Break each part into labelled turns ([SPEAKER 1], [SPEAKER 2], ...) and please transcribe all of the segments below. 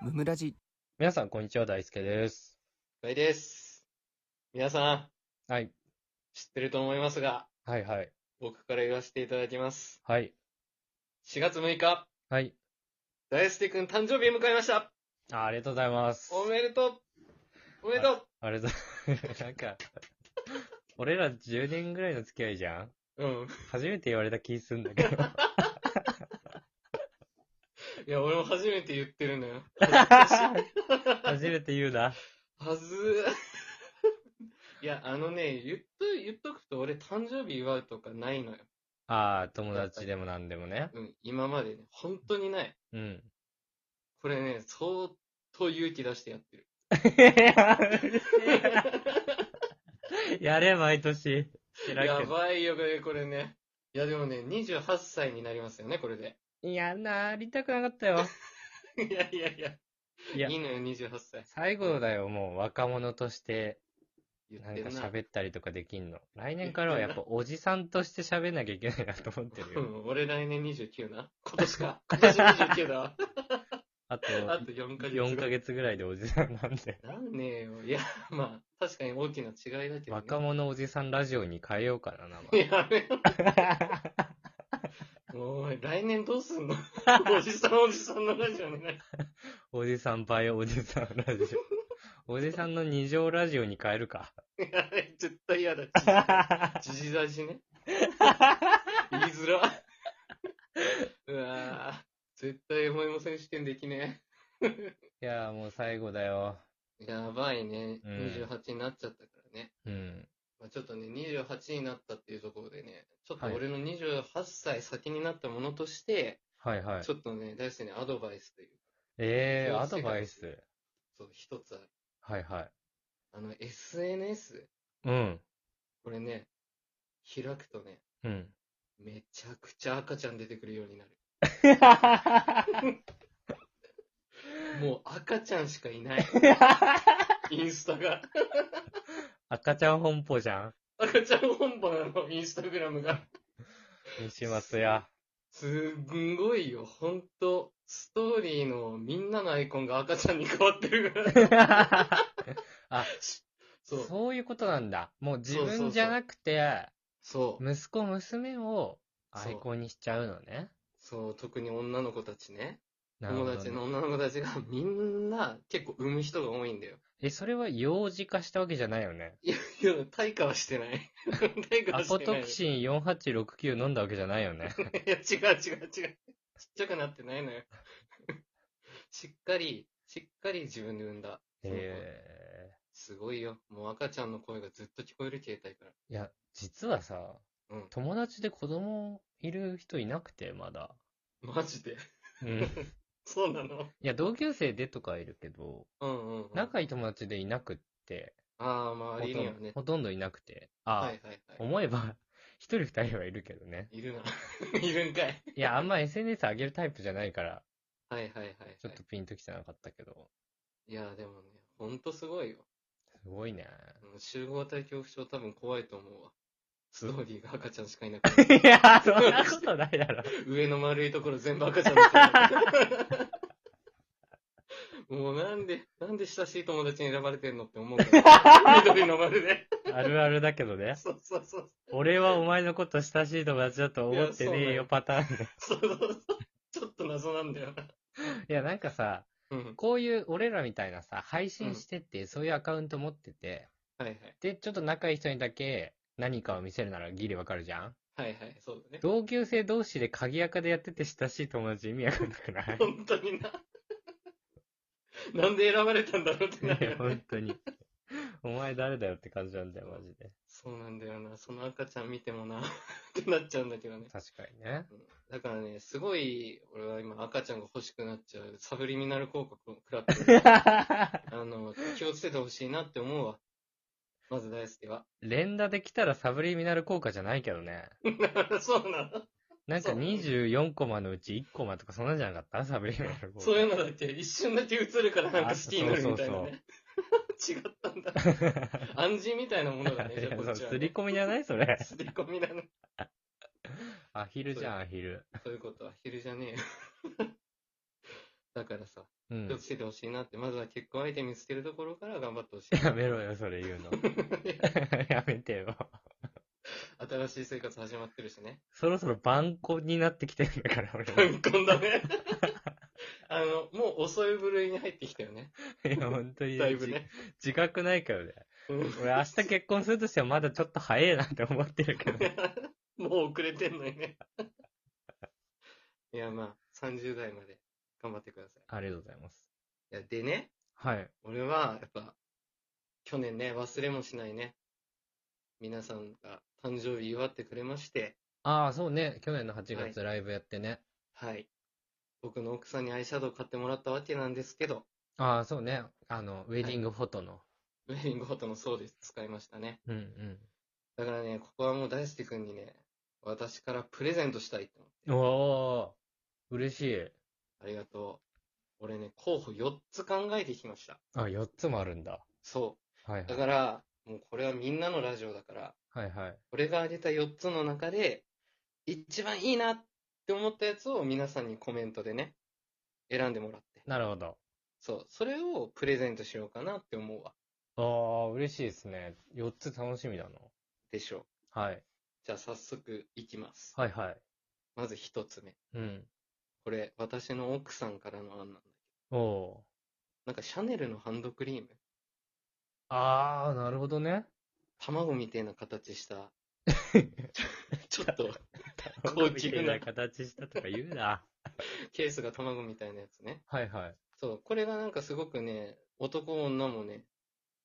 [SPEAKER 1] ムラジ。
[SPEAKER 2] 皆さん、こんにちは。大輔です。
[SPEAKER 3] 大です。皆さん、
[SPEAKER 2] はい。
[SPEAKER 3] 知ってると思いますが、
[SPEAKER 2] はいはい。
[SPEAKER 3] 僕から言わせていただきます。
[SPEAKER 2] はい。
[SPEAKER 3] 4月6日、
[SPEAKER 2] はい。
[SPEAKER 3] 大輔くん誕生日を迎えました
[SPEAKER 2] あありがとうございます。
[SPEAKER 3] おめでとうおめでとう
[SPEAKER 2] ありがとう。なんか、俺ら10年ぐらいの付き合いじゃん
[SPEAKER 3] うん。
[SPEAKER 2] 初めて言われた気すんだけ ど。
[SPEAKER 3] いや、俺も初めて言ってるのよ。
[SPEAKER 2] 初めて言うな。
[SPEAKER 3] は ずーいや、あのね、言っと、言っとくと俺誕生日祝うとかないのよ。
[SPEAKER 2] ああ、友達でも何でもね。
[SPEAKER 3] うん、今までね、本当にない。
[SPEAKER 2] うん。
[SPEAKER 3] これね、相当勇気出してや ってる。
[SPEAKER 2] やれ、毎年。知らん
[SPEAKER 3] や
[SPEAKER 2] けど。
[SPEAKER 3] ばいよ、これね。いや、でもね、28歳になりますよね、これで。
[SPEAKER 2] いや、なりたくなかったよ。
[SPEAKER 3] いやいやいや。
[SPEAKER 2] い
[SPEAKER 3] い
[SPEAKER 2] や
[SPEAKER 3] いのよ、28歳。
[SPEAKER 2] 最後だよ、もう若者として、
[SPEAKER 3] 言
[SPEAKER 2] な
[SPEAKER 3] っ
[SPEAKER 2] ん
[SPEAKER 3] て
[SPEAKER 2] か
[SPEAKER 3] んな。
[SPEAKER 2] 喋ったりとかできんの。来年からはやっぱおじさんとして喋んなきゃいけないなと思ってる
[SPEAKER 3] う
[SPEAKER 2] よ。
[SPEAKER 3] ん、俺来年29な。今年 か。今年29だわ。
[SPEAKER 2] あと、
[SPEAKER 3] あと4ヶ月。
[SPEAKER 2] 4ヶ月ぐらいでおじさんなんで。
[SPEAKER 3] なんねえよ。いや、まあ、確かに大きな違いだけど、ね。
[SPEAKER 2] 若者おじさんラジオに変えようかな、名前。
[SPEAKER 3] やめろ。 おい、来年どうすんの おじさんおじさんのラジオになる。
[SPEAKER 2] おじさんバイおじさんラジオ。おじさんの二乗ラジオに変える か。
[SPEAKER 3] いや絶対 嫌だ。じじだ しね。言いづら。うわぁ、絶対思いません試験できねえ。
[SPEAKER 2] いやーもう最後だよ。
[SPEAKER 3] やばいね。
[SPEAKER 2] うん
[SPEAKER 3] 28になっちゃったからね。
[SPEAKER 2] うん。
[SPEAKER 3] まあ、ちょっとね、28になったっていうところでね、ちょっと
[SPEAKER 2] はい
[SPEAKER 3] 俺の28歳先になったものとして、
[SPEAKER 2] はいはい
[SPEAKER 3] ち。ょっとね、大輔にアドバイスという、
[SPEAKER 2] えー、
[SPEAKER 3] そう
[SPEAKER 2] アドバイス。
[SPEAKER 3] そう、一つある。
[SPEAKER 2] はいはい。
[SPEAKER 3] あの、SNS、
[SPEAKER 2] うん。
[SPEAKER 3] これね、開くとね、
[SPEAKER 2] うん。
[SPEAKER 3] めちゃくちゃ赤ちゃん出てくるようになる。もう赤ちゃんしか いない。インスタが。
[SPEAKER 2] 赤ちゃん本舗じゃん。
[SPEAKER 3] 赤ちゃん本番のインスタグラムが。
[SPEAKER 2] 西松屋。
[SPEAKER 3] すんごいよ、ほんと。ストーリーのみんなのアイコンが赤ちゃんに変わってるから。 そ
[SPEAKER 2] そう
[SPEAKER 3] う。
[SPEAKER 2] いうことなんだ。もう自
[SPEAKER 3] そうそうそ
[SPEAKER 2] 分
[SPEAKER 3] う
[SPEAKER 2] じゃなくて、
[SPEAKER 3] そう。
[SPEAKER 2] 息子、娘をアイコンにしちゃうのね。
[SPEAKER 3] そう、特に女の子たちね。
[SPEAKER 2] なるほ
[SPEAKER 3] 友
[SPEAKER 2] どね
[SPEAKER 3] 達の女の子たちがみんな結構産む人が多いんだよ。
[SPEAKER 2] え、それは幼児化したわけじゃないよ ね。
[SPEAKER 3] いや、いや、退化はして ない。退化
[SPEAKER 2] ア
[SPEAKER 3] はし
[SPEAKER 2] ポ
[SPEAKER 3] てな
[SPEAKER 2] ト
[SPEAKER 3] い。
[SPEAKER 2] キシン4869飲んだわけじゃないよ ね。
[SPEAKER 3] いや、違う違う違う。ちっちゃくなってないのよ。 しっかり、しっかり自分で産んだ。その子
[SPEAKER 2] え
[SPEAKER 3] すごいよ。もう赤ちゃんの声がずっと聞こえる携帯から。
[SPEAKER 2] ー、いや、実はさ、
[SPEAKER 3] うん
[SPEAKER 2] 友達で子供いる人いなくて、まだ。
[SPEAKER 3] マジで。
[SPEAKER 2] うん。い
[SPEAKER 3] そうなの
[SPEAKER 2] や、同級生でとかいるけど、
[SPEAKER 3] うんうん、うん。
[SPEAKER 2] 仲いい友達でいなくって、
[SPEAKER 3] ああ、周りに
[SPEAKER 2] ほ
[SPEAKER 3] は
[SPEAKER 2] とん
[SPEAKER 3] ね。
[SPEAKER 2] ほとんどいなくて。あ、
[SPEAKER 3] はいはいはい。
[SPEAKER 2] 思えば、 一人二人はいるけどね。
[SPEAKER 3] いるな。 いるんかい。
[SPEAKER 2] いや、あんま SNS 上げるタイプじゃないから、
[SPEAKER 3] はいはいはい、はい。
[SPEAKER 2] ちょっとピンときてなかったけど。
[SPEAKER 3] いや、でもね、ほんとすごいよ。
[SPEAKER 2] すごいね。
[SPEAKER 3] うん集合体恐怖症多分怖いと思うわ。ストーリーが赤ちゃん しかいなく て、
[SPEAKER 2] いや、そんなことないだろ。
[SPEAKER 3] 上の丸いところ全部赤ちゃんだった。 もうなんで、なんで親しい友達に選ばれてんのって思う から。緑の丸で。
[SPEAKER 2] あるあるだけどね。
[SPEAKER 3] そうそうそう。
[SPEAKER 2] 俺はお前のこと親しい友達だと思ってねえ
[SPEAKER 3] い
[SPEAKER 2] よ
[SPEAKER 3] や
[SPEAKER 2] パターンで。
[SPEAKER 3] そうそうそう。ちょっと謎なんだよ な。
[SPEAKER 2] いや、なんかさ、
[SPEAKER 3] うん。
[SPEAKER 2] こういう俺らみたいなさ、配信してって、そういうアカウント持ってて、
[SPEAKER 3] はいはい。
[SPEAKER 2] で、ちょっと仲いい人にだけ何かを見せるならギリわかるじゃん
[SPEAKER 3] はいはい、そうだね。
[SPEAKER 2] 同級生同士で鍵垢でやってて親しい友達意味わかんなくない
[SPEAKER 3] 本当にな。 なんで選ばれたんだろうってなる
[SPEAKER 2] ね
[SPEAKER 3] よ ね
[SPEAKER 2] 本。当に。お前誰だよって感じなんだよ、マジで。
[SPEAKER 3] そうなんだよな。その赤ちゃん見てもな、 ってなっちゃうんだけどね。
[SPEAKER 2] 確かにね。
[SPEAKER 3] だからね、すごい、俺は今赤ちゃんが欲しくなっちゃう、サブリミナル広告を食ら ってるあの、気をつけてほしいなって思うわ。まず大輔は。
[SPEAKER 2] 連打できたらサブリミナル効果じゃないけどね。
[SPEAKER 3] そうなの
[SPEAKER 2] なんか
[SPEAKER 3] そう
[SPEAKER 2] 24コマのうち1コマとかそんなんじゃなかったサブリミナル効果。
[SPEAKER 3] そういうのだって一瞬だけ映るからなんか好きになるみたいなね。 違ったんだ。暗示 みたいなものだね、じゃあこっちは、
[SPEAKER 2] すり
[SPEAKER 3] ね。
[SPEAKER 2] 込みじゃないそれ。
[SPEAKER 3] すり込みだね。
[SPEAKER 2] アヒルじゃん、アヒル。
[SPEAKER 3] そういうことは昼じゃねえよ。 だからさ、
[SPEAKER 2] う
[SPEAKER 3] 気を
[SPEAKER 2] ん。
[SPEAKER 3] つけてほしいなって、まずは結婚相手見つけるところから頑張ってほ しい。
[SPEAKER 2] やめろよ、それ言うの。 やめてよ。
[SPEAKER 3] 新しい生活始まってるしね。
[SPEAKER 2] そろそろ晩婚になってきてるんだから、俺は。
[SPEAKER 3] 晩婚だね。 あの、もう遅い部類に入ってきたよね。
[SPEAKER 2] いや、本当に、
[SPEAKER 3] だいぶね。
[SPEAKER 2] 自覚ないからね。
[SPEAKER 3] うん
[SPEAKER 2] 俺、明日結婚するとしてはまだちょっと早いなって思ってるけど。
[SPEAKER 3] もう遅れてんのにね。いや、まあ、30代まで頑張ってくださ
[SPEAKER 2] ありがとうございます。
[SPEAKER 3] い。いや、でね、
[SPEAKER 2] はい。
[SPEAKER 3] 俺は、やっぱ、去年ね、忘れもしないね。皆さんが誕生日祝ってくれまして、
[SPEAKER 2] ああ、そうね。去年の8
[SPEAKER 3] はい
[SPEAKER 2] 月ライブやってね。
[SPEAKER 3] はい。僕の奥さんにアイシャドウ買ってもらったわけなんですけど、
[SPEAKER 2] ああ、そうね。あの、ウェディングフォトの。
[SPEAKER 3] ウェディングフォトのそうです。使いましたね。
[SPEAKER 2] うんうん。
[SPEAKER 3] だからね、ここはもう大輔くんにね、私からプレゼントしたいって思って。
[SPEAKER 2] おー、嬉しい。
[SPEAKER 3] ありがとう。俺ね、候補4つ考えてきました。
[SPEAKER 2] あ、4つもあるんだ。
[SPEAKER 3] そ。
[SPEAKER 2] はいう
[SPEAKER 3] だ
[SPEAKER 2] はい。
[SPEAKER 3] から、もうこれはみんなのラジオだから、
[SPEAKER 2] はいはい。
[SPEAKER 3] 俺が挙げた4つの中で、一番いいなって思ったやつを皆さんにコメントでね、選んでもらって。
[SPEAKER 2] なるほど。
[SPEAKER 3] そう。それをプレゼントしようかなって思うわ。
[SPEAKER 2] ああ、嬉しいですね。4つ楽しみだな。
[SPEAKER 3] でしょう。
[SPEAKER 2] はい。
[SPEAKER 3] じゃあ早速いきます。
[SPEAKER 2] はいはい。
[SPEAKER 3] まず1つ目。
[SPEAKER 2] うん。
[SPEAKER 3] これ、私の奥さんからの案なんだけ
[SPEAKER 2] お
[SPEAKER 3] ど。
[SPEAKER 2] お
[SPEAKER 3] なんかシャネルのハンドクリーム。
[SPEAKER 2] ー。ああ、なるほどね。
[SPEAKER 3] 卵みたいな形した。ちょちょっと、高級な
[SPEAKER 2] みたい形したとか言うな。
[SPEAKER 3] ケースが卵みたいなやつね。
[SPEAKER 2] はいはい。
[SPEAKER 3] そう、これがなんかすごくね、男女もね、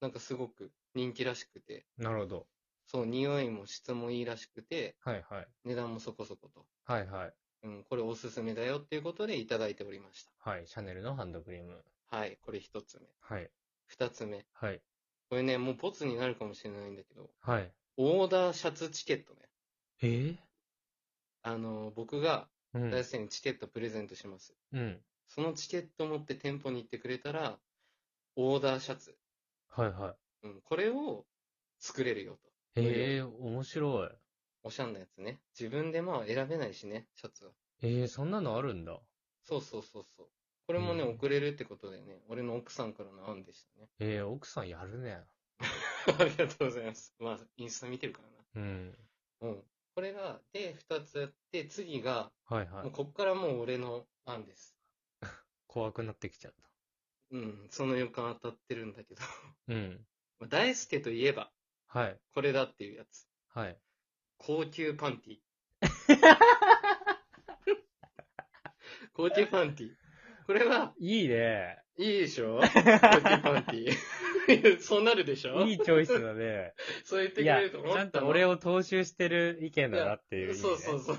[SPEAKER 3] なんかすごく人気らしくて、
[SPEAKER 2] なるほど。
[SPEAKER 3] そう、匂いも質もいいらしくて、
[SPEAKER 2] はいはい。
[SPEAKER 3] 値段もそこそこと。
[SPEAKER 2] はいはい。
[SPEAKER 3] うん、これおすすめだよっていうことでいただいておりまし
[SPEAKER 2] はい。シャネルのハンドクリーム。
[SPEAKER 3] た。はい、これ一つ目。
[SPEAKER 2] はい。
[SPEAKER 3] 二つ目。
[SPEAKER 2] はい。
[SPEAKER 3] これね、もうボツになるかもしれないんだけど、
[SPEAKER 2] はい。
[SPEAKER 3] オーダーシャツチケットね。
[SPEAKER 2] えー、
[SPEAKER 3] あの、僕が
[SPEAKER 2] う
[SPEAKER 3] 大
[SPEAKER 2] ん。
[SPEAKER 3] 輔にチケットプレゼントします。
[SPEAKER 2] うん。
[SPEAKER 3] そのチケット持って店舗に行ってくれたら、オーダーシャツ。
[SPEAKER 2] はいはい。
[SPEAKER 3] うん、これを作れるよと。
[SPEAKER 2] ええー、面白い。
[SPEAKER 3] おしゃんなやつね。自分でまあ選べないしね、シャツは。
[SPEAKER 2] ええー、そんなのあるんだ。
[SPEAKER 3] そうそうそうそう。これもね、
[SPEAKER 2] うん
[SPEAKER 3] 送れるってことでね、俺の奥さんからの案でしたね。
[SPEAKER 2] ええー、奥さんやるね。
[SPEAKER 3] ありがとうございます。まあ、インスタ見てるか
[SPEAKER 2] うん。
[SPEAKER 3] らな。うん。これが、で、二つやって、次が、
[SPEAKER 2] はいは
[SPEAKER 3] もう
[SPEAKER 2] い。
[SPEAKER 3] こっからもう俺の案です。
[SPEAKER 2] 怖くなってきちゃっ
[SPEAKER 3] うん、その予感当たってるんだけど。
[SPEAKER 2] た。うん。
[SPEAKER 3] まあ大輔といえば、
[SPEAKER 2] はい。
[SPEAKER 3] これだっていうやつ。
[SPEAKER 2] はい。
[SPEAKER 3] 高級パンティ。 高級パンティ。これは、
[SPEAKER 2] いいね。
[SPEAKER 3] いいでしょ高級パンティい や。そうなるでしょ
[SPEAKER 2] いいチョイスだ ね。
[SPEAKER 3] そう言って
[SPEAKER 2] い
[SPEAKER 3] くれ
[SPEAKER 2] や、
[SPEAKER 3] る
[SPEAKER 2] ち
[SPEAKER 3] と思った
[SPEAKER 2] ゃんと俺を踏襲してる意見だなっていう意味ね。
[SPEAKER 3] そうそうそう。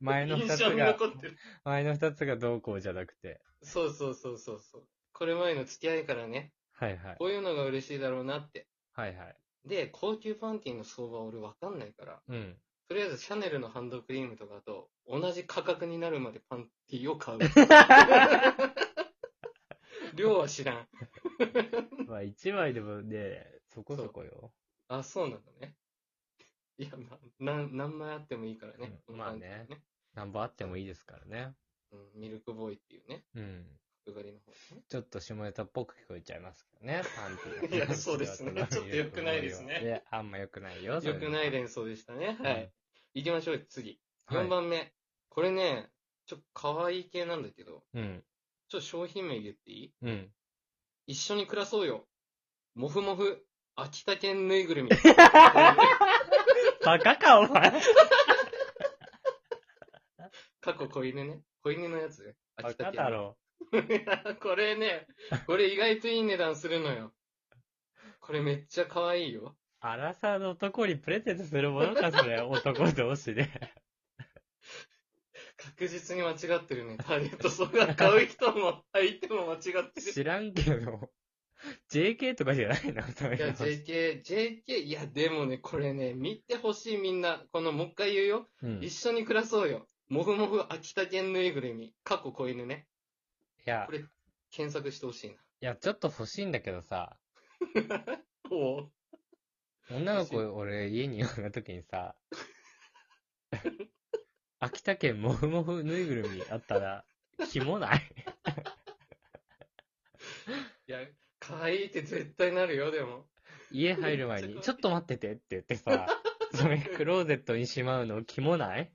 [SPEAKER 2] 前の
[SPEAKER 3] 印
[SPEAKER 2] 二つ
[SPEAKER 3] 象に
[SPEAKER 2] が
[SPEAKER 3] 残、ってる。
[SPEAKER 2] 前の二つがどうこうじゃなくて。
[SPEAKER 3] そうそうそうそうそう。これ前の付き合いからね、
[SPEAKER 2] はいはい。
[SPEAKER 3] こういうのが嬉しいだろうなって。
[SPEAKER 2] はいはい。
[SPEAKER 3] で、高級パンティの相場俺わかんないから、
[SPEAKER 2] うん。
[SPEAKER 3] とりあえずシャネルのハンドクリームとかと同じ価格になるまでパンティを 買う。量は知らん。
[SPEAKER 2] まあ一枚でもね、そこそこよ。
[SPEAKER 3] あ、そうなんだね。いや、まあ、なん何枚あってもいいからね。
[SPEAKER 2] うんまあねなんぼあってもいいですからね。
[SPEAKER 3] うん、ミルクボーイっていうね、
[SPEAKER 2] うん。
[SPEAKER 3] 角刈りの方ね。
[SPEAKER 2] ちょっと下ネタっぽく聞こえちゃいますけどね、パンティ
[SPEAKER 3] いやそうですねちょっと良くないですね
[SPEAKER 2] いや、あんま良くないよ。
[SPEAKER 3] よくない
[SPEAKER 2] で。
[SPEAKER 3] 連想でしたね。は
[SPEAKER 2] うん
[SPEAKER 3] い。行きましょう、次。
[SPEAKER 2] はい
[SPEAKER 3] 4番目。これね、ちょっと可愛い系なんだけど、
[SPEAKER 2] うん、
[SPEAKER 3] ちょっと商品名言っていい
[SPEAKER 2] うん。
[SPEAKER 3] 一緒に暮らそうよ。もふもふ、秋田県ぬい ぐるみ。
[SPEAKER 2] バカか、お前。
[SPEAKER 3] 過去子犬ね。子犬のやつね。
[SPEAKER 2] バ
[SPEAKER 3] 秋田
[SPEAKER 2] カ
[SPEAKER 3] 県
[SPEAKER 2] だ。ろ。
[SPEAKER 3] これね、これ意外といい値段するのよ。これめっちゃ可愛いよ。
[SPEAKER 2] アラサーの男にプレゼントするものか、そ れ。男同士で。
[SPEAKER 3] 確実に間違ってるね。ターゲット層が買う人も、相手も間違っ てる。
[SPEAKER 2] 知らんけど。JK とかじゃないな、そうい
[SPEAKER 3] いや、
[SPEAKER 2] うの
[SPEAKER 3] JK、JK、いや、でもね、これね、見てほしいみんな。この、もう一回言うよ。
[SPEAKER 2] うんい
[SPEAKER 3] 一緒に暮らそうよ。もふもふ秋田県ぬいぐるみ。過去子犬ね。
[SPEAKER 2] や
[SPEAKER 3] こ、れ、検索してほしいな。
[SPEAKER 2] いや、ちょっと欲しいんだけどさ、
[SPEAKER 3] おう
[SPEAKER 2] 女の子、俺、家に呼んだ時に さ、秋田県もふもふぬいぐるみあったら、キモない
[SPEAKER 3] いや、可愛いって絶対なるよ、でも。
[SPEAKER 2] 家入る前
[SPEAKER 3] め
[SPEAKER 2] に、
[SPEAKER 3] っ
[SPEAKER 2] ち
[SPEAKER 3] ちゃ
[SPEAKER 2] ょっと待っててって言ってさ、それクローゼットにしまうのキモない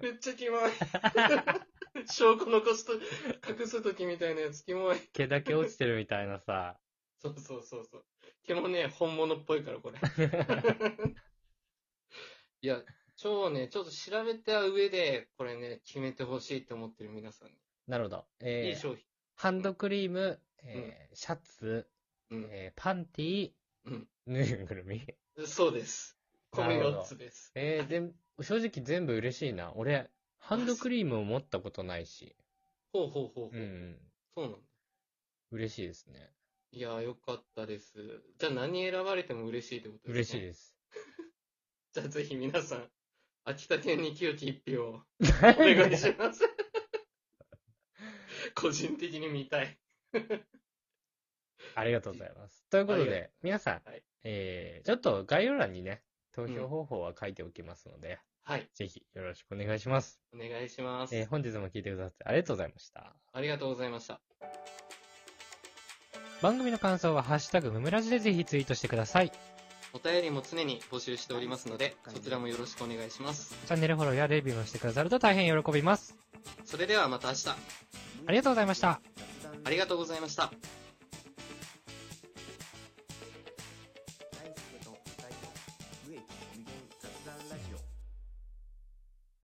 [SPEAKER 3] めっちゃキモい。 証拠残すと、隠すときみたいなやつキモい。
[SPEAKER 2] 毛だけ落ちてるみたいなさ、
[SPEAKER 3] そうそうそうそう。毛もね、本物っぽいから、これ。 いや、超ね、ちょっと調べた上で、これね、決めてほしいって思ってる皆さんに。
[SPEAKER 2] なるほど。
[SPEAKER 3] いい
[SPEAKER 2] えー、
[SPEAKER 3] 商品。
[SPEAKER 2] ハンドクリーム、えーシャツ、
[SPEAKER 3] うん
[SPEAKER 2] えーパンティー、
[SPEAKER 3] うん
[SPEAKER 2] ぬいぐるみ。
[SPEAKER 3] そうです。この
[SPEAKER 2] なるほど
[SPEAKER 3] 4つです。
[SPEAKER 2] えー、全正直全部嬉しいな。俺、ハンドクリームを持ったことないし。
[SPEAKER 3] ほうほうほうほ
[SPEAKER 2] う
[SPEAKER 3] う。
[SPEAKER 2] ん。
[SPEAKER 3] そうなんだ。
[SPEAKER 2] 嬉しいですね。
[SPEAKER 3] いや、よかったです。じゃあ何選ばれても嬉しいってことで
[SPEAKER 2] 嬉
[SPEAKER 3] す
[SPEAKER 2] しい
[SPEAKER 3] ね。
[SPEAKER 2] です。
[SPEAKER 3] じゃあぜひ皆さん、秋田県に清き一票を お願いします。個人的に見たい。
[SPEAKER 2] ありがとうございます。ということ
[SPEAKER 3] あり
[SPEAKER 2] で、皆さん、
[SPEAKER 3] はい
[SPEAKER 2] えー、ちょっと概要欄にね、投票方法は書いておきますので、
[SPEAKER 3] はい、
[SPEAKER 2] ぜひよろしくお願いします。
[SPEAKER 3] お願いします。
[SPEAKER 2] えー、本日も聞いてくださってありがとうございました。
[SPEAKER 3] ありがとうございました。
[SPEAKER 2] 番組の感想は、ハッシュタグムムラジでぜひツイートしてください。
[SPEAKER 3] お便りも常に募集しておりますので、そちらもよろしくお願いします。
[SPEAKER 2] チャンネルフォローやレビューもしてくださると大変喜びます。
[SPEAKER 3] それではまた明日、
[SPEAKER 2] ありがとうございました。
[SPEAKER 3] ありがとうございました。